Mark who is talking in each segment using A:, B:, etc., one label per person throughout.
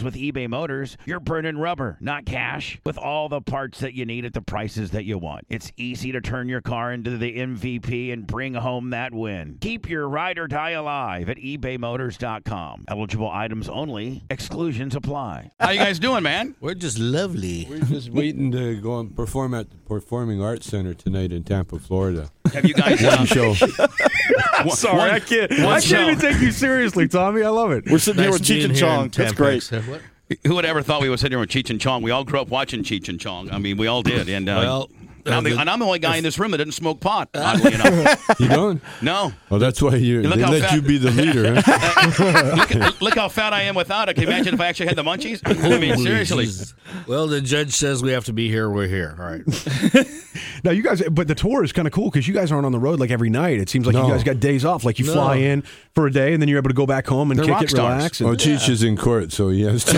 A: with eBay Motors, you're burning rubber, not cash. With all the parts that you need at the prices that you want, it's easy to turn your car into the MVP and bring home that win. Keep your ride or die alive at ebaymotors.com. Eligible items only, exclusions apply.
B: How you guys doing, man?
C: We're just lovely.
D: We're just waiting to go and perform at the Performing Arts Center tonight in Tampa, Florida.
B: Have you guys?
D: One show.
B: one-
E: uh, Sorry,
B: one-
E: I can't.
B: one
E: I can't even
B: show.
E: take you seriously, Tommy. I love it. We're sitting here with Cheech and Chong. That's great.
B: Who would ever thought we would sit here with Cheech and Chong? We all grew up watching Cheech and Chong. I mean, we all did. And uh,
C: Well,
B: and I'm, the,
C: uh, the-
B: and I'm the only guy in this room that didn't smoke pot. Oddly enough,
D: You doing?
B: no.
D: Well, that's why you,
B: look
D: they
B: how
D: let
B: fat-
D: you be the leader. Huh?
B: Look, look how fat I am without it. Can you imagine if I actually had the munchies? I mean,
C: Holy
B: seriously.
C: Jesus. Well, the judge says we have to be here. We're here. All right.
E: Now you guys, but the tour is kind of cool because you guys aren't on the road like every night. It seems like
D: No.
E: you guys got days off. Like you fly in for a day and then you're able to go back home and
B: They're
E: kick
B: rock
E: it,
B: stars.
E: relax.
D: Oh,
E: And,
D: Cheech is in court, so he has to.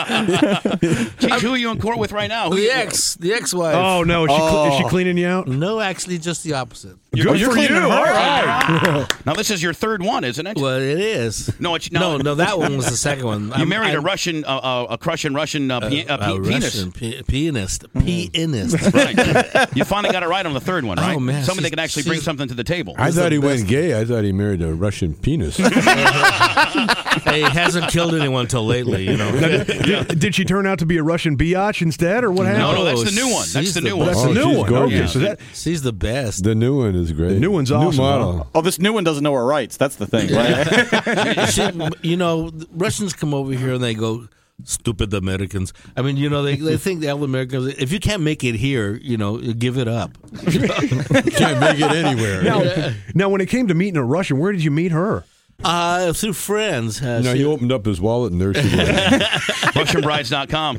B: Cheech, who are you in court with right now? Who
C: The
B: you-
C: ex, the ex-wife.
E: oh no, is she, cle- is she cleaning you out?
C: no, actually, just the opposite.
E: Good for you. All right.
B: Now this is your third one, isn't it?
C: Well, it is.
B: No, it's- no.
C: no, no. That one was the second one.
B: you married a Russian, uh, uh, a Russian Russian uh, pe- uh, pe- penis.
C: Russian pe- pianist.
E: Mm-hmm.
C: Pianist.
B: Right. you finally got it right on the third one, right?
C: Oh, man,
B: Someone that
C: she's-
B: can actually bring
C: she's-
B: something to the table.
D: I thought he went
C: best.
D: gay. I thought he married a Russian penis.
C: hey, hasn't killed anyone till lately. You know.
E: Did, did she turn out to be a Russian biatch instead, or what happened?
B: no, that's the new one. That's
C: she's
B: the new one.
E: That's
C: best.
E: the
D: Oh,
E: new
D: she's
E: one. Okay,
D: gorgeous.
E: so that
C: She's the best.
D: the new one is great. The
E: new one's awesome,
D: New model.
E: huh?
F: Oh, this new one doesn't know her rights. That's the thing. Like,
C: She- you know, the Russians come over here and they go, stupid Americans. I mean, you know, they, they think the Americans, if you can't make it here, you know, give it up.
D: Can't make it anywhere.
E: now, now, when it came to meeting a Russian, where did you meet her?
C: Uh, through friends. Uh,
D: No,
C: she-
D: he opened up his wallet and there she was.
B: RussianBrides.com.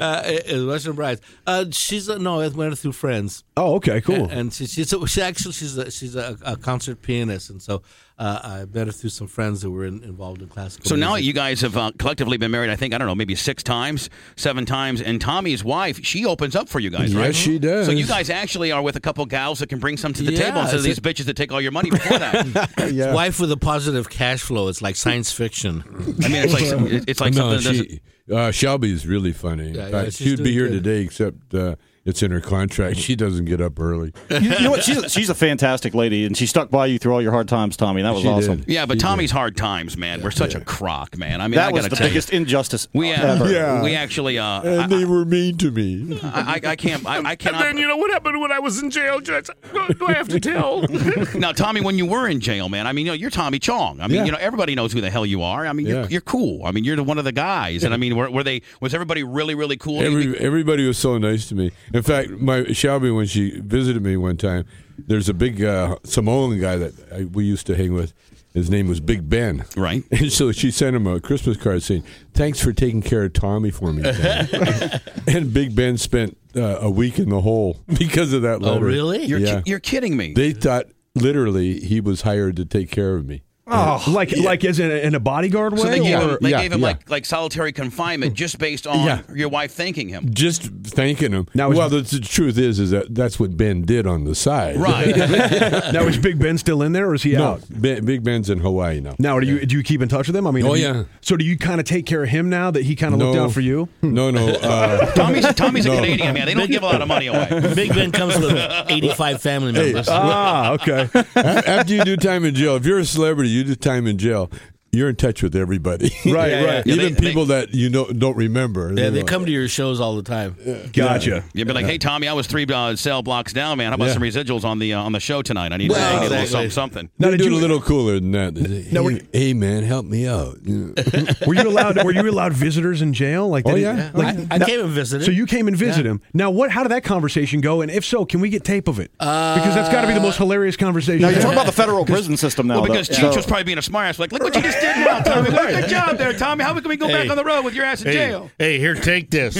C: uh, uh, Russian brides. Uh, she's, uh, no, I went through friends.
E: Oh, okay, cool.
C: And she, she's she actually she's a, she's a, a concert pianist, and so uh, I met her through some friends that were in, involved in classical.
B: So now
C: music.
B: you guys have uh, collectively been married, I think, I don't know, maybe six times, seven times. And Tommy's wife, she opens up for you guys, right? Mm-hmm.
D: Yes, she does.
B: So you guys actually are with a couple gals that can bring some to the
C: Yeah,
B: table instead of
C: it's
B: these bitches that take all your money before that.
D: yeah.
C: wife with a positive cash flow. It's like science fiction.
B: I mean, it's like it's like
D: no,
B: something. that
D: she, uh, Shelby's really funny. In
C: Yeah, yeah,
D: fact,
C: she's
D: she'd
C: doing
D: be here
C: good.
D: today, except uh, it's in her contract. She doesn't get up early.
F: you, you know what? She's, she's a fantastic lady, and she stuck by you through all your hard times, Tommy. and That was
D: She
F: awesome.
D: did.
B: yeah, but Tommy's hard times, man. We're such a crock, man. I mean, I
F: That was
B: gotta
F: the
B: tell
F: biggest injustice
B: you, we
F: ever.
B: uh,
D: Yeah.
B: we actually uh, I,
D: And they were mean to me.
B: I, I can't I, I cannot.
G: And you know what happened when I was in jail, Judge? Do, do I have to tell?
B: Now, Tommy, when you were in jail, man, I mean, you know, you're Tommy Chong. I mean,
D: Yeah.
B: you know, everybody knows who the hell you are. I mean, you're,
D: Yeah.
B: you're cool. I mean, you're the, one of the guys. And I mean, were, were they? Was everybody really, really cool? Do you
D: Every,
B: think-
D: everybody was so nice to me. In fact, my Shelby, when she visited me one time, there's a big uh, Samoan guy that I, we used to hang with. His name was Big Ben.
B: Right.
D: And so she sent him a Christmas card saying, "Thanks for taking care of Tommy for me." Tommy." and Big Ben spent uh, a week in the hole because of that
B: Oh,
D: letter.
C: Oh, really?
B: you're,
D: yeah.
B: ki- you're kidding me.
D: They thought literally he was hired to take care of me.
E: Oh, like like as in a, in a bodyguard way?
B: so they gave
E: or-
B: him, they
D: yeah,
B: gave him
D: yeah.
B: like like solitary confinement just based on
D: Yeah.
B: your wife thanking him.
D: Just thanking him.
E: Now,
D: Now,
E: is-
D: well, the, the truth is, is that that's what Ben did on the side.
B: Right.
E: now is Big Ben still in there, or is he
D: No,
E: out?
D: ben, Big Ben's in Hawaii now.
E: Now, do you do you keep in touch with him? I mean,
D: Oh,
E: have you-
D: yeah.
E: So do you kind of take care of him now that he kind of looked out for you?
D: No, no. Uh,
B: Tommy's Tommy's a
D: No.
B: Canadian man. They don't give a lot of money away.
C: Big Ben comes with 85 family members.
E: Ah, okay.
D: a- after you do time in jail, if you're a celebrity, you do time in jail. you're in touch with everybody,
E: Right,
C: Yeah,
E: right.
B: yeah.
D: Even
B: They- they-
D: people that you know don't remember.
C: Yeah, they
D: like,
C: come to your shows all the time.
E: Gotcha.
B: You'd be like, "Hey Tommy, I was three uh, cell blocks down, man. How about
D: Yeah.
B: some residuals on the uh, on the show tonight? I need,
C: Well,
B: I need a little
C: exactly.
B: something, something."
E: Now,
D: They
E: did
D: do it
E: you-
D: a little cooler than that. They say,
E: No,
D: hey, hey, man, help me out. You know.
E: Were you allowed? Were you allowed visitors in jail? Like,
D: Oh,
E: did it-
D: yeah.
E: like,
C: I, I
E: now-
C: came and visited.
E: So you came and visited him. Now, what? How did that conversation go? And if so, can we get tape of it? because that's got to be the most hilarious conversation.
F: Now you're talking about the federal prison system now.
B: Well, because
F: though.
B: Cheech was probably being a smart ass, like, "Look what you just did now, Tommy. What a good job there, Tommy. How can we go back
C: Hey.
B: on the road with your ass in jail?"
C: hey, here, take this.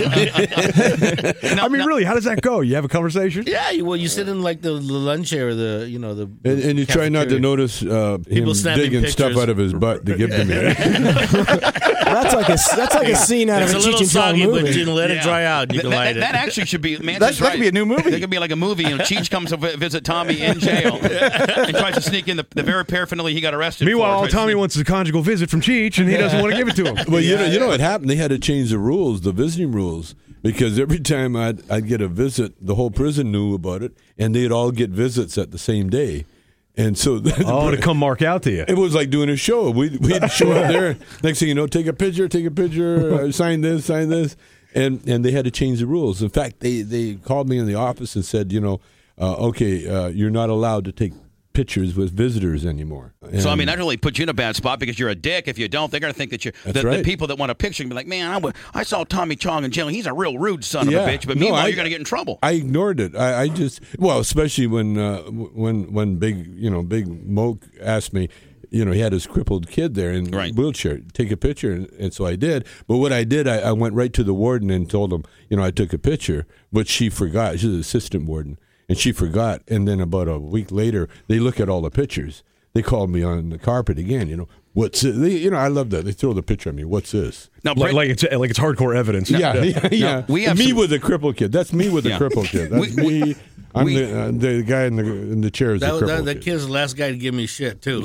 E: I mean, really, how does that go? You have a conversation.
C: yeah, you- well, you sit in like the, the lunch area, the you know the
D: And, and you try not
C: cafeteria.
D: to notice uh, him
C: People snapping
D: digging stuff
C: pictures.
D: out of his butt to give to me.
H: That's like a that's like a scene out
C: It's
H: of
C: a
H: a
C: little
H: Cheech and Chong
C: soggy, but
H: movie.
C: you can let it
B: Yeah.
C: dry out. and You
B: Th-
C: can
B: that,
C: light it.
B: that actually should be. Manson's
F: That- that
B: right.
F: could be a new movie.
B: That could be like a movie. You know, Cheech comes to vi- visit Tommy in jail and tries to sneak in the, the very paraphernalia he got arrested.
E: Meanwhile,
B: for. Tries to
E: Tommy
B: sneak-
E: wants a conjugal visit from Cheech, and he doesn't want to give it to him.
D: well, you know, you know what happened? They had to change the rules, the visiting rules, because every time I'd I'd get a visit, the whole prison knew about it, and they'd all get visits at the same day, and so
E: Oh, to come mark out to you.
D: It was like doing a show. We'd, we'd show up there. Next thing you know, take a picture, take a picture, uh, sign this, sign this. And, and they had to change the rules. In fact, they, they called me in the office and said, you know, uh, okay, uh, you're not allowed to take pictures with visitors anymore. And-
B: So I mean, that really puts you in a bad spot because you're a dick. If you don't, they're going to think that you. are the,
D: That's
B: the
D: right.
B: people that want a picture can be like, "Man, I, wa- I saw Tommy Chong in jail. He's a real rude son of a bitch." But
D: No,
B: meanwhile,
D: I-
B: you're going to get in trouble.
D: I ignored it. I, I just well, especially when uh, w- when when big you know big Moke asked me, you know, he had his crippled kid there in
B: Right.
D: wheelchair. Take a picture, and, and so I did. But what I did, I, I went right to the warden and told him, you know, I took a picture, but she forgot. She's an assistant warden, and she forgot. And then about a week later, they look at all the pictures. They called me on the carpet again. You know, what's this? They, you know? I love that they throw the picture at me. What's this?
B: now,
E: Like,
B: Brent,
E: like it's like it's hardcore evidence.
D: Yeah, yeah, yeah.
B: we have
D: me
B: some-
D: with a cripple kid. That's me with a
B: Yeah.
D: cripple kid. That's
B: We- we-
D: me. I'm
B: we-
D: the, uh, the guy in the in the chair is
C: That,
D: the
C: was-
D: cripple
C: that, that
D: kid.
C: kid's the last guy to give me shit too.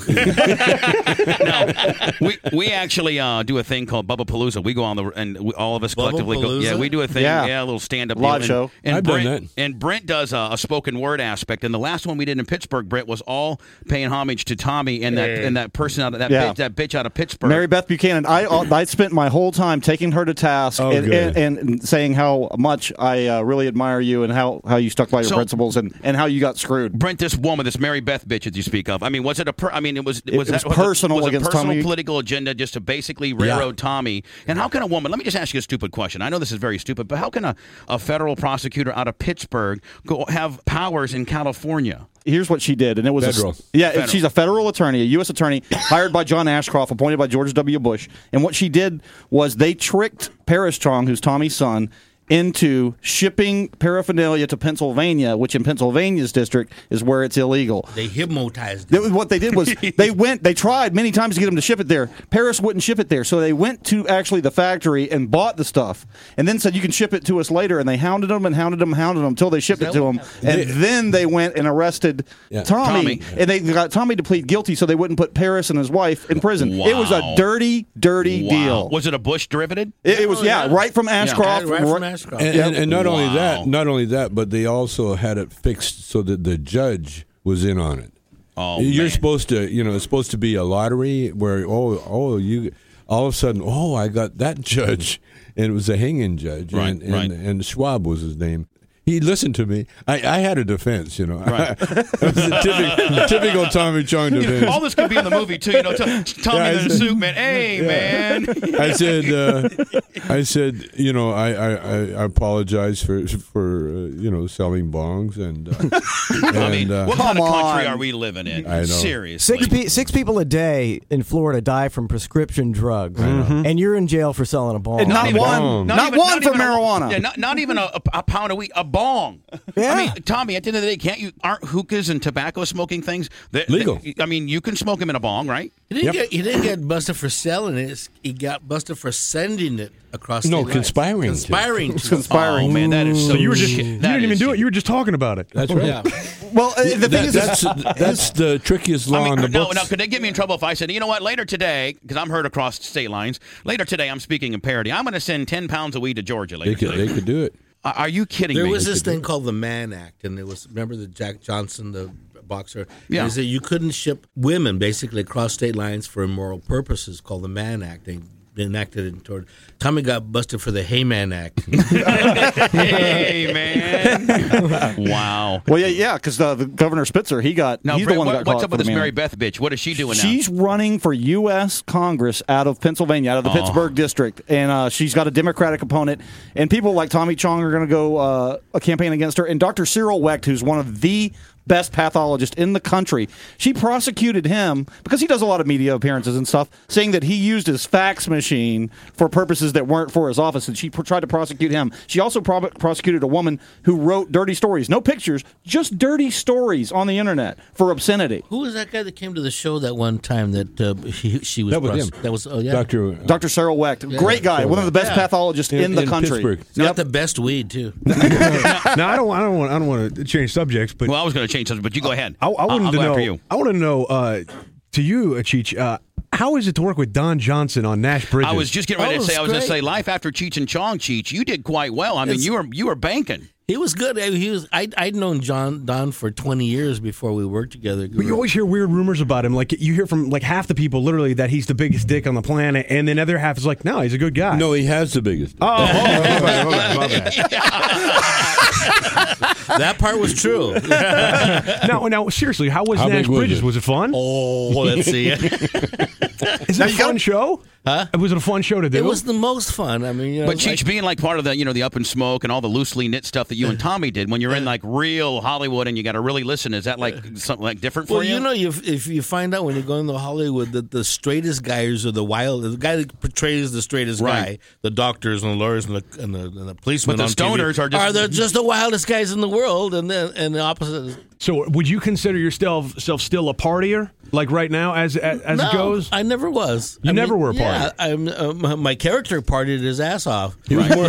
B: we we actually uh, do a thing called Bubba Palooza. We go on the and we, all of us collectively go.
C: Bubbapalooza?
B: Yeah, we do a thing. Yeah,
F: Yeah.
B: a little stand up
F: Live
B: and,
F: show.
B: And
D: I've done
B: Brent,
D: that.
B: And Brent does a, a spoken word aspect. And the last one we did in Pittsburgh, Brent was all paying homage to Tommy and that and that person out of that
F: Yeah.
B: bitch, that bitch out of Pittsburgh.
F: Mary Beth Buchanan. I uh, I spent my whole time taking her to task
D: Oh,
F: and,
D: good.
F: and, and saying how much I uh, really admire you and how, how you stuck by your
B: So-
F: principles and, and how you got screwed.
B: Brent, this woman, this Mary Beth bitch that you speak of. I mean, was it a? Per- I mean, it was. Was
F: it
B: that
F: was personal
B: Was a
F: against
B: personal
F: Tommy.
B: political agenda just to basically railroad Tommy? And how can a woman? Let me just ask you a stupid question. I know this is very stupid, but how can a, a federal prosecutor out of Pittsburgh go have powers in California?
F: Here's what she did, and it was a-
D: Federal.
F: yeah, she's a federal attorney, a U.S. attorney hired by John Ashcroft, appointed by George W. Bush. And what she did was they tricked Paris Chong, who's Tommy's son, into shipping paraphernalia to Pennsylvania, which in Pennsylvania's district is where it's illegal.
C: They hypnotized.
F: That was what they did was they went they tried many times to get them to ship it there. Paris wouldn't ship it there, so they went to actually the factory and bought the stuff, and then said you can ship it to us later. And they hounded them and hounded them, hounded them until they shipped it to them, and then they went and arrested
D: Yeah.
F: Tommy,
B: Tommy.
F: and they got Tommy to plead guilty so they wouldn't put Paris and his wife in prison. It was
B: Wow.
F: a dirty, dirty
B: Wow.
F: deal.
B: Was it a Bush derivative?
F: it, it was yeah,
C: yeah.
F: right from Ashcroft.
C: right from Ashcroft.
F: right-
D: And, and, and not only
B: Wow.
D: that, not only that, but they also had it fixed so that the judge was in on it.
B: Oh,
D: you're
B: man.
D: supposed to, you know, it's supposed to be a lottery where oh, oh, you all of a sudden, oh, I got that judge, and it was a hanging judge,
B: Right,
D: and, and,
B: right.
D: and Schwab was his name. He listened to me. I, I had a defense, you know.
B: Right. Oh,
D: it was a typical, typical Tommy Chong defense.
B: All this could be in the movie too. You know, t- Tommy
D: Yeah, I
B: in the
D: said-
B: suit, man. Hey, man.
D: I said, uh, I said, you know, I, I, I I apologize for for uh, you know selling bongs and. Uh,
B: I mean,
D: and, uh,
B: what kind of
F: Come
B: country
F: on.
B: are we living in?
D: I know.
B: Seriously.
H: Six, pe- six people a day in Florida die from prescription drugs, and you're in jail for selling a bomb.
F: And not
B: even-
F: one, not,
B: even-
F: one for
B: even a-
F: marijuana.
B: yeah, not, not even a, a- a pound a week, a bong. I
H: Yeah.
B: mean, Tommy, at the end of the day, can't you? Aren't hookahs and tobacco smoking things that,
D: Legal.
B: that- I mean, you can smoke them in a bong, right?
C: He didn't, get, he didn't get busted for selling it. He got busted for sending it across.
D: No,
C: state lines.
D: conspiring to.
C: Conspiring. To.
B: Oh man, that is so.
E: So you were just
B: shit.
E: you
B: That
E: didn't even
B: is
E: do it.
B: shit.
E: You were just talking about it.
D: that's right.
C: Yeah.
F: well, uh, the thing
D: That-
F: is,
D: that's that's the trickiest law
B: I mean,
D: in the
B: no,
D: books.
B: no. Could they get me in trouble if I said, you know what? Later today, because I'm heard across state lines. Later today, I'm speaking in parody. I'm going to send ten pounds of weed to Georgia later.
D: They could
B: today.
D: they could do it.
B: Are- Are you kidding
C: There
B: me?
C: was this thing called the Mann Act, and it was remember the Jack Johnson, the boxer.
B: Yeah.
C: Is that you couldn't ship women basically across state lines for immoral purposes called the Mann Act. They they enacted it toward Tommy got busted for the Hayman Act.
B: hey man! wow.
F: Well, yeah, yeah, because uh, the Governor Spitzer, he got
B: Now,
F: he's
B: Brett,
F: the one
B: what,
F: that got caught
B: what's up
F: for
B: with
F: the
B: this
F: man.
B: Mary Beth bitch? What is she doing
F: She's running for U.S. Congress out of Pennsylvania, out of the Pittsburgh district, and uh, she's got a Democratic opponent. And people like Tommy Chong are going to go uh, a campaign against her. And Dr. Cyril Wecht, who's one of the best pathologists in the country, she prosecuted him because he does a lot of media appearances and stuff, saying that he used his fax machine for purposes that weren't for his office. And she pr- tried to prosecute him. She also prob- prosecuted a woman who wrote dirty stories, no pictures, just dirty stories on the internet for obscenity.
C: Who was that guy that came to the show that one time that uh, he, she was?
D: That was
C: pros-
D: him.
C: That was oh yeah.
D: Doctor. uh,
F: Dr. Cyril Wecht, great guy, one of the best
C: Yeah.
F: pathologists in,
D: In-
F: the
D: in
F: country.
D: Pittsburgh.
C: It's Not the best weed too.
E: now I don't. I don't want. I don't want to change subjects, but
B: now? Well, I was going to change something, but you go ahead.
E: I, I
B: I'll-
E: wanted
B: I'll
E: to
B: go
E: know.
B: after you.
E: I want to know uh, to you, Cheech. Uh, how is it to work with Don Johnson on Nash Bridges?
B: I was just getting ready
C: Oh,
B: to say.
C: it's
B: I was going to
C: great.
B: say, life after Cheech and Chong, Cheech, you did quite well. I mean, you were you were banking.
C: He was good. I- He was. I, I'd known John Don for twenty years before we worked together.
E: But you always hear weird rumors about him. Like you hear from like half the people, literally, that he's the biggest dick on the planet, and then other half is like, no, he's a good guy.
D: No, he has the biggest.
E: Oh, oh, my bad, my bad, my bad.
C: that part was true.
E: Now, now, seriously, how was
D: How
E: Nash
D: big was
E: Bridges?
D: it?
E: Was it fun?
C: oh, let's see. it
E: Is it a fun show? Huh? Was it a fun show to do?
C: was the most fun. I mean, you know,
B: But
C: like-
B: Cheech being like part of the you know the up and smoke and all the loosely knit stuff that you and Tommy did when you're in like real Hollywood and you got to really listen. Is that like something like different for
C: Well, you know, if, if you find out when you go into Hollywood that the straightest guys are the wild, the guy that portrays the straightest
B: Right.
C: guy, the doctors and the lawyers and the and the, and the
B: But
C: policemen,
B: the
C: on TV
B: stoners are just-
C: are the, just the wildest guys in the world, and then and the opposite. Is,
E: so, would you consider yourself self still a partier, like right now, as as, as
C: no,
E: it goes?
C: I never was.
E: You
C: I
E: never were a
C: Yeah,
E: partier.
C: I'm, uh, my, my character partied his ass off.
D: He was more,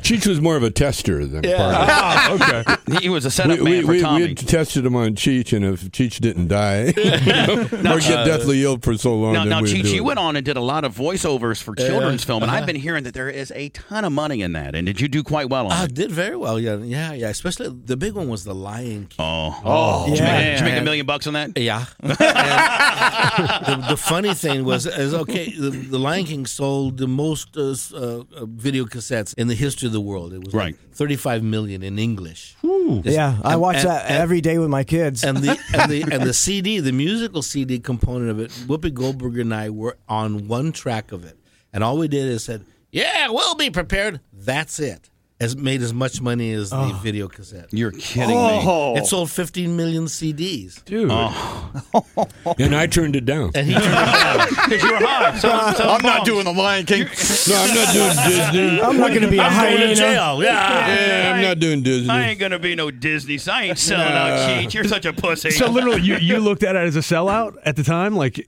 D: Cheech was more of a tester than a party.
E: Ah, okay.
B: he was a setup man
D: we,
B: for
D: we,
B: Tommy.
D: we had tested him on Cheech, and if Cheech didn't die or get deathly ill for so long,
B: Now,
D: then
B: now
D: we'd do
B: Cheech,
D: it.
B: you went on and did a lot of voiceovers for children's film, and I've been hearing that there is a ton of money in that. And did you do quite well on it?
C: I Ah, did very well. Yeah, yeah, yeah. Especially the big one was the Lion King.
B: Oh, oh, did, you make, did you make a
C: man.
B: million bucks on that?
C: Yeah. And the, the funny thing was, is okay. The, the Lion King sold the most uh, s- uh, uh, video cassettes in the history of the world. It was like
B: Right.
C: 35 million in English.
H: Yeah, I
C: And-
H: watch
C: and-
H: that
C: and-
H: every day with my kids.
C: And the and the and the CD, the musical CD component of it, Whoopi Goldberg and I were on one track of it, and all we did is said, "Yeah, we'll be prepared." That's it. Has made as much money as the video cassette.
B: You're kidding me.
F: Oh,
C: It sold 15 million CDs.
E: Dude.
D: and I turned it down.
C: And he turned
B: I'm not doing the Lion King.
D: No, I'm not doing Disney.
H: I'm not going to be a
C: to
H: hyena.
C: jail. Yeah.
D: Yeah, I'm not doing Disney.
B: I ain't gonna be no Disney. So I ain't selling out Cheech. You're such a pussy.
E: So literally, you, you looked at it as a sellout at the time. Like,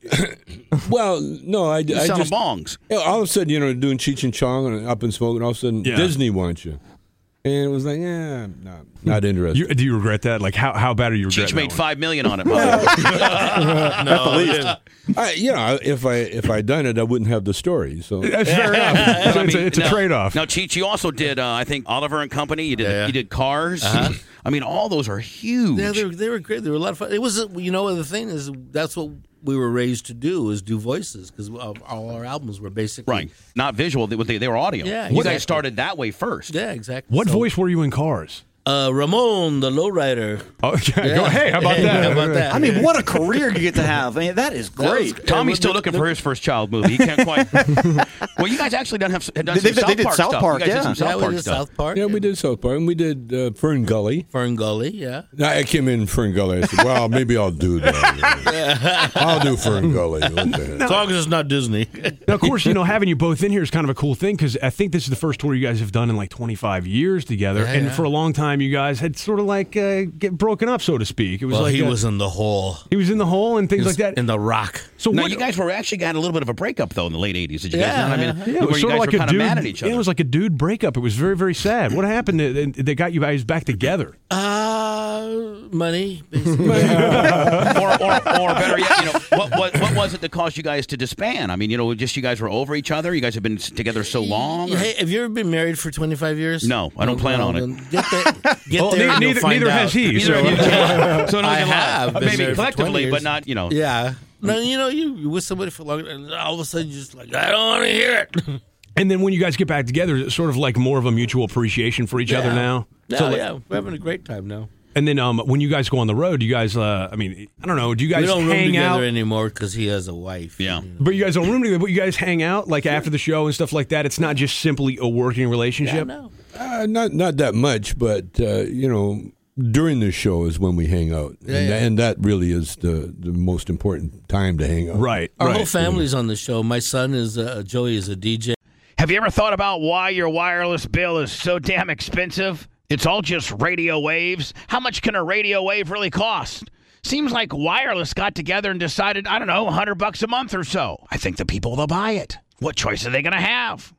D: Well, no, I, I
B: you selling
D: just
B: bongs.
D: Yeah, all of a sudden, you know, doing Cheech and Chong and Up and Smoke, and all of a sudden,
E: Yeah.
D: Disney wants you. And it was like, yeah, I'm not, not interested.
E: you, do you regret that? Like, how how bad are you?
B: Cheech
E: regretting
B: made
E: that one?
B: five million on it. by the way.
D: I, you know, I- if I if I'd done it, I wouldn't have the story. So
E: That's fair enough. So it's a, it's a
B: now-
E: trade off.
B: Now, Cheech, you also did. Uh, I think Oliver and Company. You did. You did Cars. I mean, all those are huge.
C: Yeah, they were, they were great. They were a lot of fun. It was, you know, the thing is, that's what we were raised to do is do voices because all our albums were basically
B: right, not visual. They, they, they were audio.
C: Yeah,
B: you
C: exactly.
B: guys started that way first.
C: Yeah, exactly.
E: What
C: So,
E: voice were you in Cars?
C: Uh, Ramon, the lowrider.
E: Oh, yeah. Go,
C: Yeah.
E: hey, how about
C: Hey,
E: that?
C: How about that?
F: I mean, what a career you get to have. Man, that is
C: was
F: great.
C: great.
B: Tommy's
C: Yeah,
B: still
C: but-
B: looking for his first child movie. He can't quite. well, you guys actually done have done
F: They-
B: some
F: they- they
B: South
F: did
B: Park
F: South
B: stuff.
F: Park,
B: you guys
F: yeah.
B: did some
C: yeah,
B: South
C: we
B: Park
C: did
B: stuff.
C: South Park.
D: yeah, we
C: and
D: did South Park, and we did uh, Fern Gully.
C: Fern Gully. Yeah.
D: No, I came in Fern Gully. I said, well, maybe I'll do that. I'll do Fern Gully. What the heck?
C: As long as it's not Disney.
E: Now, of course, you know, having you both in here is kind of a cool thing because I think this is the first tour you guys have done in like 25 years together. and for a long time, you guys had sort of like uh, get broken up, so to speak. It was
C: well,
E: like
C: he
E: uh,
C: was in the hole.
E: he was in the hole and things like that.
C: In the rock.
E: so
B: No,
E: what-
B: you guys were actually got a little bit of a breakup though in the late '80s. Did you
C: Yeah,
B: guys? Know? what I mean,
E: Yeah, it
B: where
E: was
B: you
E: sort
B: guys
E: of like
B: were
E: a
B: kind of
E: dude.
B: mad at each other.
E: Yeah, it was like a dude breakup. It was very, very sad. What happened? That that got you guys back together.
C: Uh, money. basically.
B: or, or, or better yet, you know, what, what, what was it that caused you guys to disband? I mean, you know, just you guys were over each other. You guys have been s- together so long. or-
C: Hey, have you ever been married for 25 years?
B: No, I don't plan on it.
C: then Get that, Get
E: Well,
C: there
E: neither
C: and you'll
E: neither,
C: find
E: neither
C: out.
E: has he.
I: Neither
E: So.
I: of you can. So no,
C: I
I: you can lie.
C: have been
I: Maybe
C: married for
I: collectively,
C: 20
I: but
C: years.
I: not you know.
C: Yeah. No, you know, you, you with somebody for long, and all of a sudden you're just like, I don't want to hear it.
E: And then when you guys get back together, it's sort of like more of a mutual appreciation for each other
C: Yeah.
E: now.
C: No,
E: So, like-
C: yeah, we're having a great time now.
E: And then um, when you guys go on the road, you guys, uh, I mean, I don't know, do you guys
C: we don't room
E: hang
C: together
E: out?
C: anymore because he has a wife.
I: Yeah.
E: but you guys don't room together, but you guys hang out like after the show and stuff like that. It's not just simply a working relationship.
C: No.
D: Uh, not not that much, but uh, you know, during the show is when we hang out, and,
C: yeah.
D: and that really is the the most important time to hang out.
E: Right.
C: Our
E: right.
C: whole family's on the show. My son is uh, Joey is a DJ.
B: Have you ever thought about why your wireless bill is so damn expensive? It's all just radio waves. How much can a radio wave really cost? Seems like wireless got together and decided, I don't know, 100 bucks a month or so. I think the people will buy it. What choice are they going to have?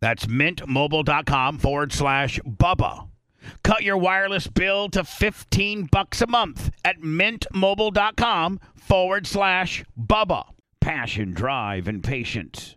B: That's mintmobile.com forward slash Bubba. Cut your wireless bill to 15 bucks a month at mintmobile.com forward slash Bubba. Passion, drive, and patience.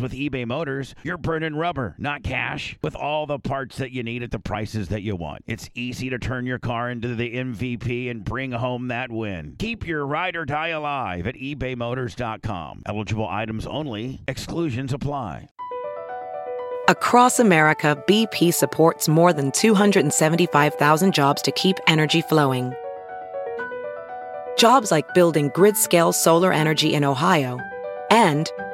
B: with eBay Motors, you're burning rubber, not cash. With all the parts that you need at the prices that you want, it's easy to turn your car into the MVP and bring home that win. Keep your ride or die alive at ebaymotors.com. Eligible items only, exclusions apply.
J: Across America, BP supports more than 275,000 jobs to keep energy flowing. Jobs like building grid scale solar energy in Ohio and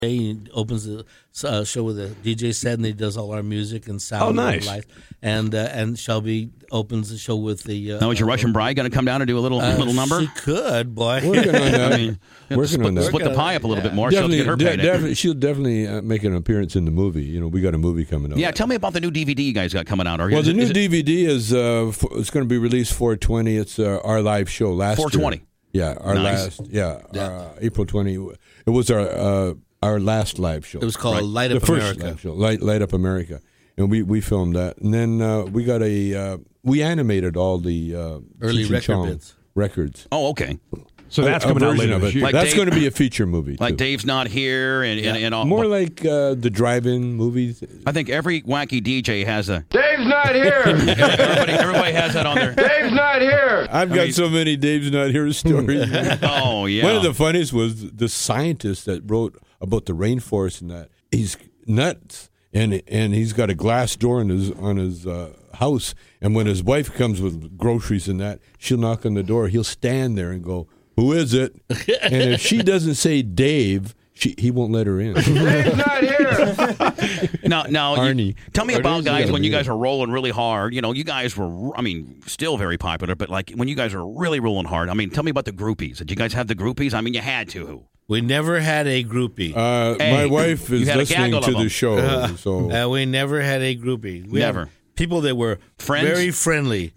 C: He opens the uh, show with a DJ set, and he does all our music and sound.
E: Oh,
C: and
E: nice.
C: lights. And uh, and Shelby opens the show with the. Uh,
I: Now is your
C: uh,
I: Russian bride going to come down and do a little
C: uh,
I: little number?
C: She could, boy.
D: Working on that.
I: I mean, you know,
D: Working
I: split,
D: on that.
I: split the pie up a little bit more.
D: Definitely,
I: so she'll
D: de-
I: get her payday.
D: definitely- she'll definitely uh, make an appearance in the movie. You know, we got a movie coming up.
I: Yeah, tell me about the new DVD you guys got coming out. Are you-
D: Well,
I: is
D: the
I: it-
D: new
I: is it-
D: DVD is uh, f it's going to be released 420. It's uh, our live show last year.
I: 420.
D: Yeah, our
I: Nice.
D: last. Yeah, Uh, April 20. It was our uh, our last live show.
C: It was called Light
D: the
C: Up
D: first
C: America.
D: live show, Light Light Up America, and we we filmed that, and then uh, we got a uh, we animated all the uh,
C: Early
D: Cheech and
C: record
D: Chong
C: bits.
D: records.
I: Oh, okay.
E: So that's
D: A- a
E: coming out
D: version
E: later
D: of
E: this
D: it.
E: year.
I: Like
D: That's
I: Dave-
D: going to be a feature movie.
I: Like
D: too.
I: Dave's not here, and and, and all.
D: More like uh, the drive-in movies.
I: I think every wacky DJ has a.
K: Dave's not here.
I: Everybody, everybody has that on their.
K: Dave's not here.
D: I've got so many Dave's not here stories.
I: Oh yeah.
D: One of the funniest was the scientist that wrote about the rainforest and that he's nuts and and he's got a glass door in his on his uh, house and when his wife comes with groceries and that she'll knock on the door he'll stand there and go who is it and if she doesn't say Dave she he won't let her in Uh,
K: Dave's not here.
I: Now, now, you-
D: Arnie.
I: tell me
D: Arnie's
I: about guys
D: gotta
I: when you
D: be
I: guys
D: there.
I: are rolling really hard. You know, you guys were, I mean, still very popular, but like when you guys are really rolling hard. I mean, tell me about the groupies. Did you guys have the groupies? I mean, you had to.
C: We never had a groupie.
D: Uh, my wife is listening to the show, so
C: Uh, we never had a groupie. We had
D: Never.
C: People that were
D: Friends?
C: very friendly.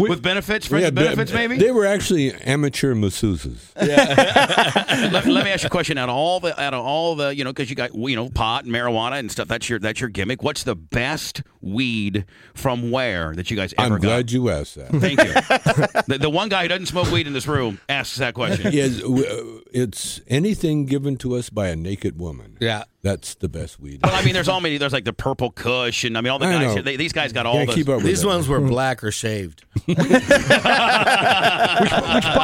B: with benefits, friends
D: Yeah,
B: with
D: but-
B: benefits, maybe.
D: They were actually amateur masseuses.
B: let, let me ask you a question. Out of all the, out of all the, you know, because you got you know pot and marijuana and stuff. That's your that's your gimmick. What's the best weed from where that you guys ever
D: I'm
B: got?
D: glad you asked that.
B: Thank you. the, the one guy who doesn't smoke weed in this room asks that question.
D: Yes, w- uh, it's anything given to us by a naked woman.
C: Yeah.
D: That's the best weed.
B: Well, I mean, there's all many. There's like the purple Kush, and I mean, all the
D: I
B: guys.
D: know.
B: They, these guys got all
D: Can't
B: the.
D: keep up with
C: These
D: that.
C: ones were black or shaved.
E: Which, by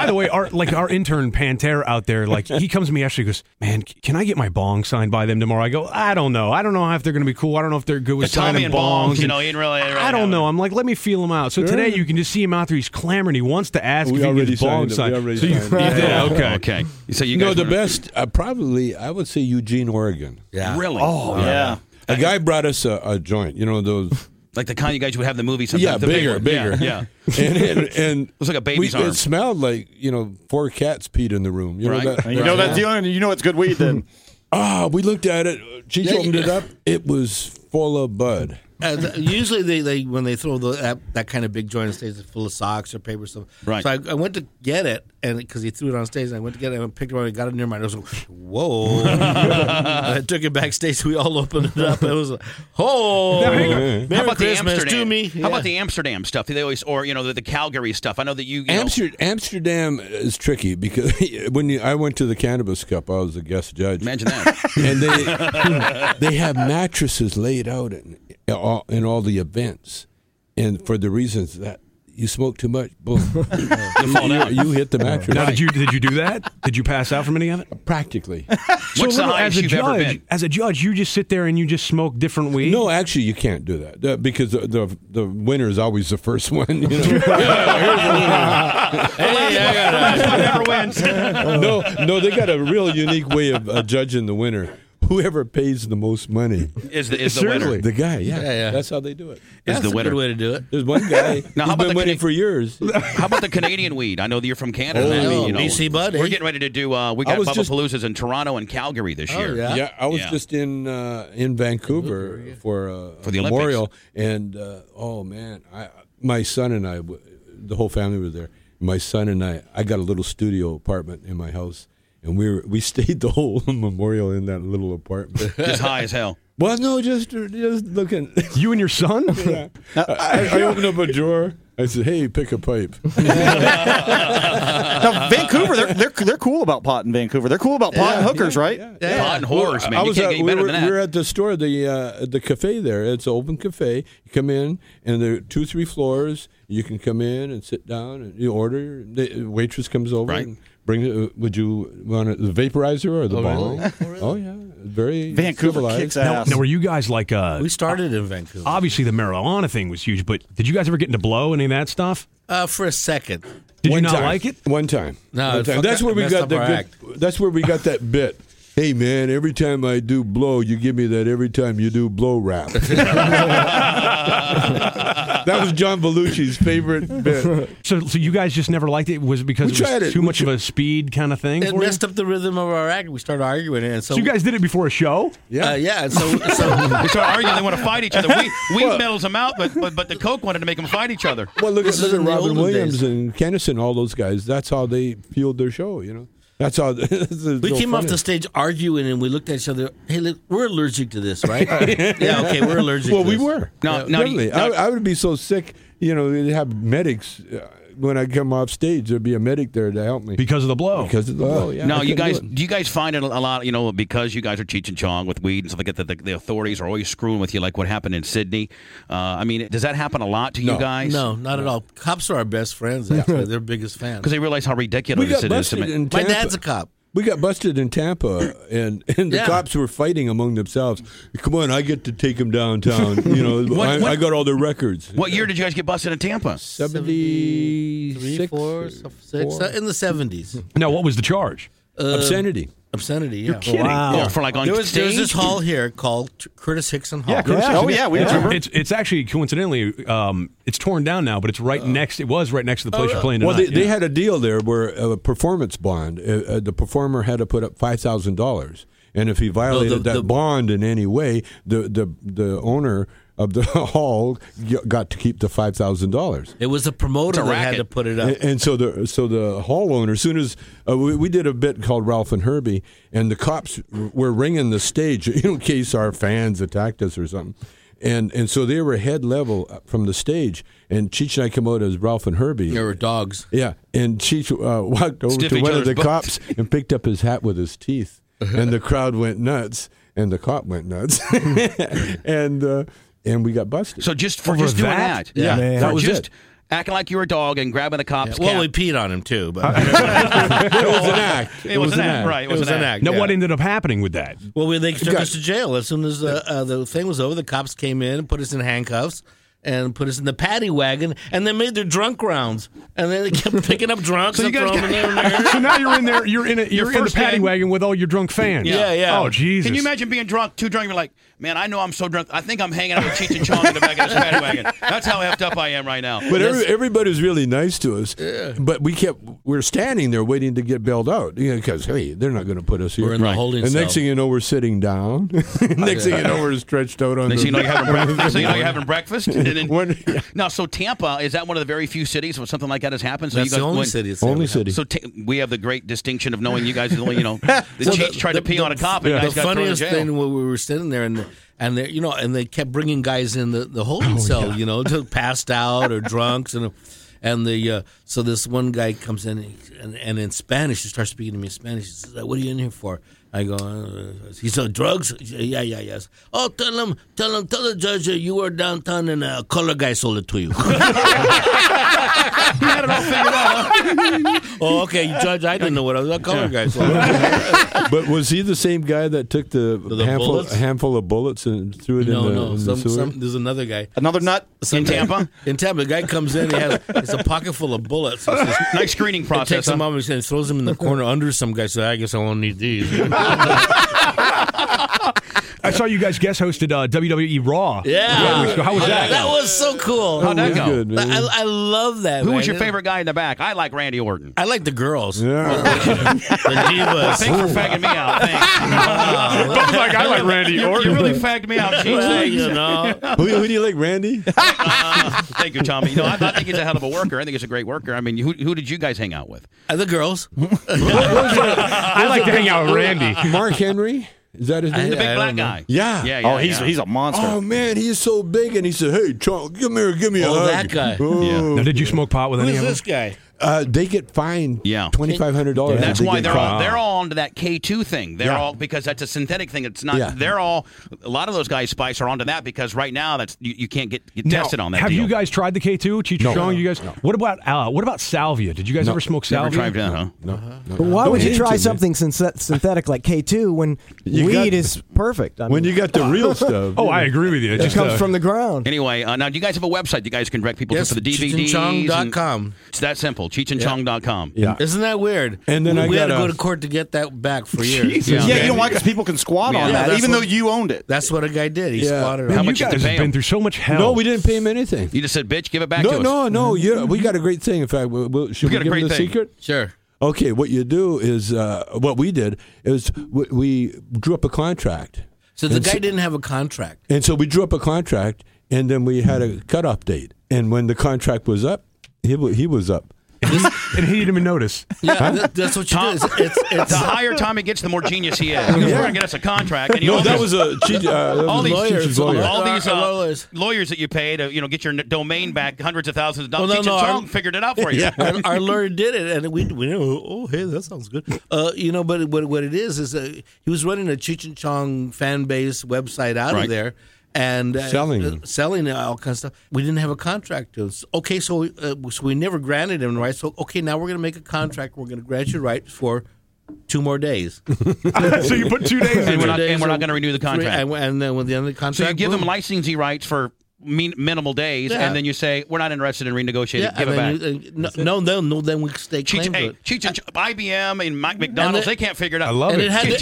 E: the way, our like our intern Pantera out there, like he comes to me actually goes, "Man, c- can I get my bong signed by them tomorrow?" I go, "I don't know. I don't know if they're going to be cool. I don't know if they're good with
B: The Tommy
E: signing
B: and
E: bongs.
B: bongs, you
E: and-
B: know, he didn't really-
E: I don't know. I'm like, let me feel him out. So today you can just see him out there. He's clamoring. He wants to ask
D: We
E: if he can get
D: already
E: his bong
D: signed it. We
E: signed. so you,
D: already signed it.
E: you did,
D: Yeah.
E: okay,
B: okay. So you
D: no,
B: guys
D: the
B: wanna-
D: best, uh, probably, I would say Eugene, Oregon.
C: Yeah.
B: Really?
D: Oh,
B: yeah.
D: A guy brought us a, a joint, you know, those.
B: Like the kind you guys would have in the movie. Sometimes.
D: yeah,
B: the
D: bigger,
B: big one.
D: bigger.
B: Yeah. yeah.
D: and, and, and
B: It was like a baby's
D: we,
B: arm.
D: It smelled like, you know, four cats peed in the room. You
B: Right.
D: know that?
F: You know that's the only. You know it's good weed then.
D: Ah, we looked at it. She
C: Yeah,
D: opened
C: you-
D: it up. It was full of bud.
C: Uh, th- usually, they, they when they throw the, that, that kind of big joint on stage, it's full of socks or paper stuff.
B: Right.
C: So I, I went to get it, and because he threw it on stage, and I went to get it, and I picked it up, and I got it near my nose. and Whoa! And I took it backstage. We all opened it up. It was like, oh,
E: Now, hang on.
C: Merry
B: How about the
C: Christmas
B: Amsterdam?
C: to me.
B: How about the Amsterdam stuff? They always, or you know, the, the Calgary stuff. I know that you. you know-
D: Amsterdam, Amsterdam is tricky because when you, I went to the Cannabis Cup, I was a guest judge.
B: imagine that.
D: and they they have mattresses laid out in in all, in all the events, and for the reasons that you smoke too much, boom, you, you- you hit the mattress
E: Now, did you did you do that? Did you pass out from any of it?
D: practically.
B: What's the
E: literally,
B: highest
E: as a
B: you've
E: judge,
B: ever been?
E: As a judge, you just sit there and you just smoke different weed.
D: No, actually, you can't do that that- because the, the the winner is always the first one. You know? no, no, they got a real unique way of uh, judging the winner. Whoever pays the most money,
B: Is the is the
E: Seriously.
B: winner?
D: the guy. Yeah,
C: Yeah, yeah.
D: that's how they do it.
B: Is
C: That's
B: the
C: a good
B: winner?
C: way to do it.
D: There's one guy
B: Now, how
D: who's
B: about
D: been
B: the
D: winning
B: Canadi-
D: for years.
B: How about the Canadian weed? I know that you're from Canada.
D: Oh,
B: I mean, you know,
C: BC buddy.
B: We're getting ready to do. Uh, we
D: I
B: got
D: was
B: Bubba
D: just-
B: Paloozas in Toronto and Calgary this year.
C: yeah.
D: Yeah, I was
B: Yeah.
D: just in uh, in Vancouver for uh,
B: For the
D: a memorial, and uh, oh man, I my son and I, w- the whole family were there. My son and I, I got a little studio apartment in my house, and we were, we stayed the whole memorial in that little apartment.
B: Just high as hell.
D: well, no, just just looking.
E: You and your son?
D: I, I opened up a drawer. I said, "Hey, pick a pipe."
F: Now Vancouver, they're, they're they're cool about pot in Vancouver. They're cool about pot and hookers, right?
B: Pot and horrors, man.
D: I
B: You
D: was
B: can't
D: at,
B: get any
D: we
B: better
D: were,
B: than that.
D: we were at the store, the uh, the cafe there. It's an open cafe. You come in, and there are two, three floors. You can come in and sit down, and you order. The waitress comes over
B: Right.
D: and brings. Uh, would you want a, the vaporizer or the bong? Oh yeah, very
F: Vancouver
D: civilized.
F: kicks ass.
E: now, were you guys like uh,
C: We started in Vancouver
E: obviously the marijuana thing was huge, but did you guys ever get into blow any of that stuff?
C: uh, for a second.
E: Did you
D: One
E: not
D: time.
E: like it?
D: One time.
C: No,
D: One
C: it
D: time.
C: fuck-
D: that's where we
C: messed
D: got
C: up
D: the
C: our
D: good,
C: act.
D: That's where we got that bit. Hey man, every time I do blow, you give me that every time you do blow rap. that was John Belushi's favorite bit.
E: So, so you guys just never liked it? Was it because
D: We
E: it was
D: tried it.
E: too
D: We
E: much of a speed kind of thing?
C: It
E: for you?
C: messed up the rhythm of our act. We started arguing, and so,
E: So you guys did it before a show?
C: uh, yeah, and so so
B: They start arguing. They want to fight each other. We we metals them out, but, but but the coke wanted to make them fight each other.
D: Well, look, at-
C: This is
D: look at
C: in the
D: Robin
C: olden
D: Williams
C: days.
D: and Kennison, all those guys. That's how they fueled their show. You know, that's how. this is
C: We
D: so
C: came off
D: funny.
C: the stage arguing, and we looked at each other. Hey, look, we're allergic to this, right? yeah, okay, we're allergic.
D: Well,
C: to
D: we
C: this.
D: were.
B: Now- now do you-
D: definitely.
B: now-
D: I, I would be so sick. You know, they have medics. Uh, when I come off stage, there'd be a medic there to help me
E: Because of the blow.
D: because
C: Oh,
D: of the blow. Yeah,
B: No,
D: I
B: you guys.
D: couldn't do it.
B: Do you guys find it a lot? You know, because you guys are Cheech and Chong with weed and stuff like that. The, the, the authorities are always screwing with you, like what happened in Sydney. Uh, I mean, does that happen a lot to you
D: No.
B: guys?
C: No, not at all. Cops are our best friends. Actually, they're biggest fans.
B: because they realize how ridiculous
D: We got
B: it is. to
D: busted
B: me.
D: in
C: My
D: Tampa.
C: dad's a cop.
D: we got busted in Tampa, and, and the
C: Yeah.
D: cops were fighting among themselves. Come on, I get to take them downtown. You know,
B: What-
D: I,
B: what-
D: I got all the records.
B: What year did you guys get busted in Tampa?
D: Seventy
C: Three, four, so- six, uh, in the seventies.
E: Now, what was the charge?
C: Uh,
D: Obscenity.
C: Obscenity. Yeah.
D: You're kidding. Wow. Oh, for, like, on
C: there was, there was
D: stage?
C: this hall here called T- Curtis Hickson Hall.
E: Yeah, Curtis
F: oh,
E: Hickson. it's,
C: remember.
E: It's, it's actually coincidentally, um, it's torn down now, but it's right next. It was right next to the place you're playing tonight.
D: Uh. Oh, Well, they, they
E: yeah.
D: had a deal there where uh, a performance bond. Uh, uh, the performer had to put up five thousand dollars, and if he violated that bond in any way, the the the owner of the hall g- got to keep the five thousand dollars.
C: It was the promoter that had to put it up.
D: And, and so the so the hall owner, as soon as uh, we, we did a bit called Ralph and Herbie, and the cops were ringing the stage in case our fans attacked us or something. And and so they were head level from the stage, and Cheech and I came out as Ralph and Herbie.
C: There were dogs.
D: Yeah, and Cheech uh, walked over
B: Sniff
D: to
B: each
D: one of
B: other's
D: the
B: butts.
D: cops and picked up his hat with his teeth, and the crowd went nuts, and the cop went nuts, and uh, and we got busted.
B: So just for
D: Over
B: just doing
D: that?
B: that,
D: Yeah. Man.
B: For
D: That was
B: just
D: it.
B: acting like you were a dog and grabbing a cop's
C: well,
B: cap.
C: we peed on him too, but
D: it was an act.
B: It was an act, right?
C: it was an act.
E: Now,
C: yeah.
E: what ended up happening with that?
C: Well, we, they took us to jail as soon as uh, uh, the thing was over. The cops came in and put us in handcuffs and put us in the paddy wagon, and they made their drunk rounds, and then they kept picking up drunks
E: So you guys
C: and throwing them
E: got-
C: there and there.
E: so now you're in there. You're in a,
B: Your
E: you're in the
B: first
E: paddy
B: game.
E: wagon with all your drunk fans.
C: Yeah, yeah.
E: Oh Jesus!
B: Can you imagine being drunk, too drunk? You're like, man, I know I'm so drunk. I think I'm hanging out with Cheech and Chong in the back of this paddy wagon. That's how effed up I am right now.
D: But every, everybody was really nice to us. But we kept we are standing there waiting to get bailed out because hey, they're not going to put us here.
C: We're in the Right. holding
D: And
C: cell.
D: next thing you know, we're sitting down. next thing you know, we're stretched out on
B: Next
D: the.
B: thing you know, you're having breakfast. Next thing you know, you're having breakfast. And then,
D: When- yeah.
B: now, so Tampa is that one of the very few cities where something like that has happened. So
C: That's
B: you guys
C: the only
B: went-
C: city. that's
D: Only
C: ever happened.
D: city.
B: So ta- we have the great distinction of knowing you guys are the only, you know, the Cheech tried to pee on a cop and
C: the
B: guys got thrown in
C: funniest
B: jail.
C: thing when we were sitting there and and they you know and they kept bringing guys in the, the holding cell you know to passed out or drunks and and the uh, so this one guy comes in and, and, and in Spanish he starts speaking to me in Spanish he says "Uh, what are you in here for I go uh, he said drugs yeah yeah yes oh tell him tell him tell the judge that you were downtown and a color guy sold it to you oh okay judge I didn't know what I was a color guy sold it to you."
D: but was he the same guy that took the,
C: The
D: handful,
C: bullets?
D: handful of bullets and threw it
C: no
D: in the,
C: no
D: in the
C: some,
D: sewer?
C: some, there's another guy
F: Another nut.
B: in Tampa.
C: In Tampa, the guy comes in. He has it's a pocket full of bullets. It's just-
B: nice screening
C: It
B: process.
C: takes them
B: huh?
C: out and throws them in the corner under some guy. So I guess I won't need these.
E: I saw you guys guest hosted uh, WWE Raw.
C: Yeah.
E: which- How was that?
C: that was so cool.
B: How'd that
D: It was
B: go?
D: good,
C: I,
D: man.
C: I- I love that.
B: Who
C: man.
B: was your favorite guy in the back? I like Randy Orton.
C: I like the girls.
D: Yeah.
C: The divas.
B: Thanks for fagging me out. Thanks.
G: Bubba's like, I like Randy
B: you,
G: Orton.
B: you really fagged me out, Cheech.
C: Well,
B: Thanks.
C: you know.
D: who, who do you like, Randy?
B: Uh, thank you, Tommy. No, I, I think he's a hell of a worker. I think he's a great worker. I mean, who, who did you guys hang out with?
C: Uh, The girls.
G: I like to hang out with Randy.
D: Mark Henry? Is that his name?
B: The big
C: I
B: black
C: don't know.
B: guy.
D: Yeah.
B: Yeah, yeah.
F: Oh, he's
B: yeah.
F: he's a monster.
D: Oh man, he's so big, and he said, "Hey, Trump, come here, give me a
C: Oh,
D: hug."
C: that guy.
D: Oh.
E: Now, did you smoke pot with any
C: Who's
E: of them?
C: this guy?
D: Uh, they get fined
B: Yeah.
D: twenty five hundred dollars.
B: That's why they're all,
E: caught.
B: they're all onto that K two thing. They're
D: Yeah.
B: all because that's a synthetic thing. It's not.
D: Yeah.
B: They're all a lot of those guys spice are onto that because right now that's you, you can't get, get
E: Now,
B: tested on that.
E: Have
B: deal.
E: you guys tried the K two? Cheech
D: No.
E: Chong, you guys. What about uh, what about salvia? Did you guys ever smoke
B: never
E: salvia?
B: tried that? Huh?
D: no, no.
H: But why
D: Don't
H: would you
D: hate
H: try
D: him,
H: something synth- synthetic like K2 when
D: You
H: weed
D: got-
H: is perfect? I
D: man. When
H: mean,
D: you got the real stuff.
E: Oh, I agree with you.
H: it
E: Just,
H: comes
E: uh,
H: from the ground.
B: Anyway, uh, now do you guys have a website? You guys can direct people to
C: Yes,
B: for the DVDs. and-
C: cheechandchong.com.
B: It's that simple. Cheechandchong.com.
D: Yeah.
C: Isn't that weird?
D: And then
C: we,
D: I
C: we had to
D: got
C: go
D: a-
C: to court to get that back for years.
B: Yeah.
F: yeah, you don't like because people can squat
B: Yeah,
F: on that,
C: that's
F: even
C: what-
F: though you owned it.
C: That's what a guy did. He
D: Yeah.
C: squatted
E: man,
B: How
C: around.
E: you
B: much you have to
E: guys
B: pay
E: have been
B: 'em?
E: through so much hell.
D: No, we didn't pay him anything.
B: You just said, "Bitch, give it back to
D: No,
B: us."
D: no, no. You, we got a great thing. In fact, we, we,
B: Mm-hmm.
D: should
B: We
D: we,
B: got a
D: give
B: great
D: him the
B: thing.
D: secret?
C: Sure.
D: Okay, what you do is uh, what we did is we, we drew up a contract,
C: So the
D: And
C: guy
D: so-
C: didn't have a contract.
D: and so we drew up a contract, and then we had a cutoff date, and when the contract was up, he wa- he was up.
E: and he didn't even notice.
C: Yeah, th- that's what you do. It's, it's, it's
B: The higher Tommy gets, the more genius he is. Because We're gonna get us a contract, and you
D: No,
B: all
D: that
B: these-
D: was a cheat. Uh, that
B: all
D: was
B: these
C: lawyers.
D: Cheech's lawyer.
B: all these uh,
C: Our
B: lawyers.
C: lawyers.
B: that you pay to you know get your n- domain back, hundreds of thousands of dollars.
C: Well,
B: Cheech
C: no,
B: and
C: no,
B: Chong
C: I'm-
B: figured it out for you.
C: our, our lawyer did it, and we we knew. Oh, hey, that sounds good. Uh, you know, but what what it is is uh, he was running a Cheech and Chong fan base website out
B: Right.
C: of there. And uh,
D: Selling.
C: uh, selling all kinds of stuff. We didn't have a contract to. us. Okay, so uh, so we never granted him right. So okay, now we're going to make a contract. We're going to grant you rights for two more days.
E: so you put two days
B: And
E: in.
B: we're not-
C: Days
B: and we're not
C: of-
B: gonna renew the
C: three-
B: contract.
C: And, and then with the end of the
B: So
C: contract,
B: you give them
C: boom.
B: licensing rights for mean, minimal days,
C: Yeah.
B: and then you say we're not interested in renegotiating.
C: Yeah,
B: Give it back.
C: and then you- and no, no, no, then we stay
B: Cheech,
C: claim to
B: hey,
C: it.
B: Cheech and Ch- IBM and Mike McDonald's, they can't figure it out. I
C: and it. Had to, It,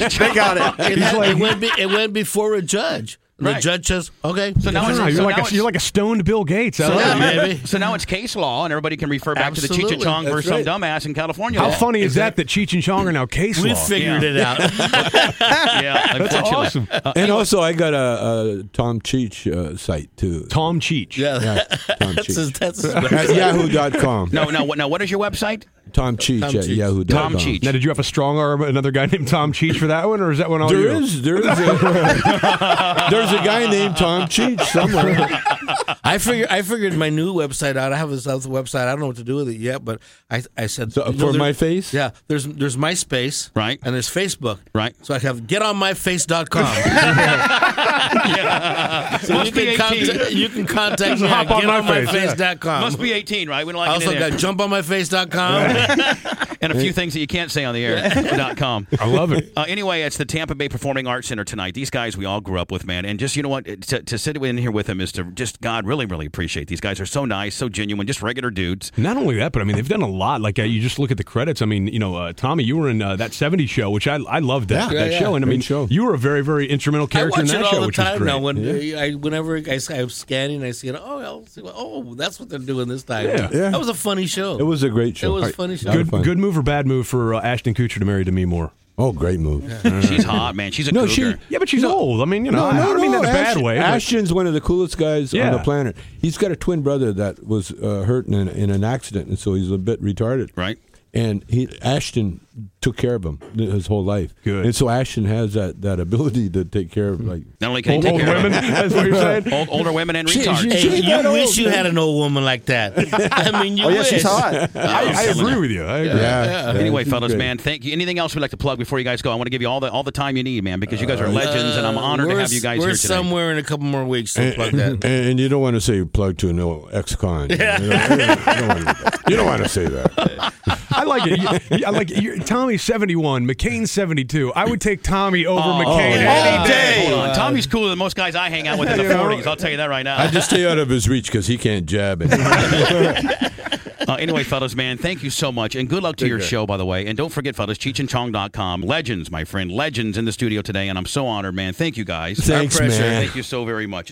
C: had- it went be, it went before a judge. And The
B: Right.
C: judge says, "Okay."
B: So now it's-
E: you're,
B: so
E: like
B: now
E: a,
B: it's-
E: you're like a stoned Bill Gates. I
B: So,
E: love it.
B: now, so now it's case law, and everybody can refer back to the Cheech and
C: Absolutely.
B: Chong
C: That's
B: versus
C: right.
B: some dumbass in California.
E: How
B: law.
E: funny is that that Cheech and Chong are now case
C: we
E: law?
C: figured
B: Yeah.
C: it out.
B: yeah,
E: That's
B: unfortunately.
E: awesome.
D: and also, I got a, a Tom Cheech uh, site too.
E: Tom Cheech.
C: Yeah,
D: Yeah, Tom
C: that's his,
D: Cheech.
C: that's his
D: At yahoo.com.
B: No, no, what- now what is your website?
D: Tom Cheech
C: Tom
D: at
C: Cheech.
D: yahoo.com.
B: Tom Cheech.
E: Now, did you have a strong arm another guy named Tom Cheech for that one, or is that one all
D: There
E: you?
D: is, there is a, there's a guy named Tom Cheech somewhere.
C: I figured I figured my new website out. I have this other website. I don't know what to do with it yet, but I I said
D: So,
C: you know,
D: for
C: there-
D: my face?
C: Yeah, there's there's MySpace,
B: Right.
C: and there's Facebook,
B: Right.
C: So I have getonmyface.com. so
B: Must be
C: you can
B: 18.
C: contact you can contact me
E: Hop
C: at
E: on my face,
C: getonmyface.com.
B: Must be 18, right? We don't
C: I
B: like it
C: also
B: in there.
C: got jumponmyface.com.
B: and a few things that you can't say on the air. dot com.
E: I love it.
B: Uh, anyway, it's the Tampa Bay Performing Arts Center tonight. These guys we all grew up with, man. And just, you know what, to, to sit in here with them is to just, God, really, really appreciate. These guys are so nice, so genuine, just regular dudes.
E: Not only that, but I mean, they've done a lot. Like uh, you just look at the credits. I mean, you know, uh, Tommy, you were in uh, that '70s show, which I I loved that,
D: Yeah.
E: that
D: Yeah,
E: show,
D: yeah.
E: and I mean,
D: Great show.
E: you were a very very instrumental
C: I
E: character in
C: watch
E: that
C: it all
E: show,
C: the
E: which was
C: time
E: great.
C: now. When I, whenever I, s- I'm scanning, I see it. Oh, I'll see what, oh, that's what they're doing this time.
E: Yeah.
D: Yeah.
C: That was a funny show.
D: It was a great
C: It
D: show.
C: was a funny show.
E: good
D: fun.
E: good move or bad move for uh, Ashton Kutcher to marry Demi Moore?
D: Oh, great move.
B: She's hot, man. She's a
D: No,
B: cougar.
D: she-
E: Yeah, but she's old. I mean, you know,
D: No,
E: I
D: no,
E: don't mean that
D: no.
E: in a bad
D: Ash-
E: way. but-
D: Ashton's one of the coolest guys on the
E: Yeah.
D: planet. He's got a twin brother that was uh, hurt in, an- in an accident, and so he's a bit retarded.
B: Right.
D: And he Ashton took care of him th- his whole life.
E: Good.
D: And so Ashton has that, that ability to take care of like.
B: Not only can
E: old,
B: he
E: old
B: take care of
E: women.
B: them,
E: That's what you're saying.
B: old, older women and
D: She-
B: retards.
D: she-
C: Hey,
D: She's not
C: you wish
D: old,
C: you
D: man.
C: had an old woman like that. I mean, you
F: Oh yeah,
C: wish.
F: she's hot.
E: I, I agree with you. I agree.
B: Anyway,
D: she's
B: fellas,
D: great.
B: man, thank you. Anything else we'd like to plug before you guys go? I want to give you all the all the time you need, man, because you guys are legends, and I'm honored to
C: uh, We're
B: have you guys
C: s- We're
B: here today.
C: somewhere in a couple more weeks. So
D: And,
C: plug that.
D: and, and you don't want to say plug to an old ex-con. You, don't, you don't want to say that.
E: I like it. You- you- I like it. You're, Tommy's 71, McCain's 72 I would take Tommy over McCain
B: Hold
E: any
B: on.
E: day.
B: Hold on. Tommy's cooler than most guys I hang out with in the 40s. I'll tell you that right now.
D: I just stay out of his reach because he can't jab it.
B: Uh, anyway, fellas, man, thank you so much. And good luck to your show, by the way. And don't forget, fellas, cheechandchong.com. Legends, my friend. Legends in the studio today. And I'm so honored, man. Thank you guys.
D: Thanks,
C: pressure.
D: man.
B: Thank you so very much.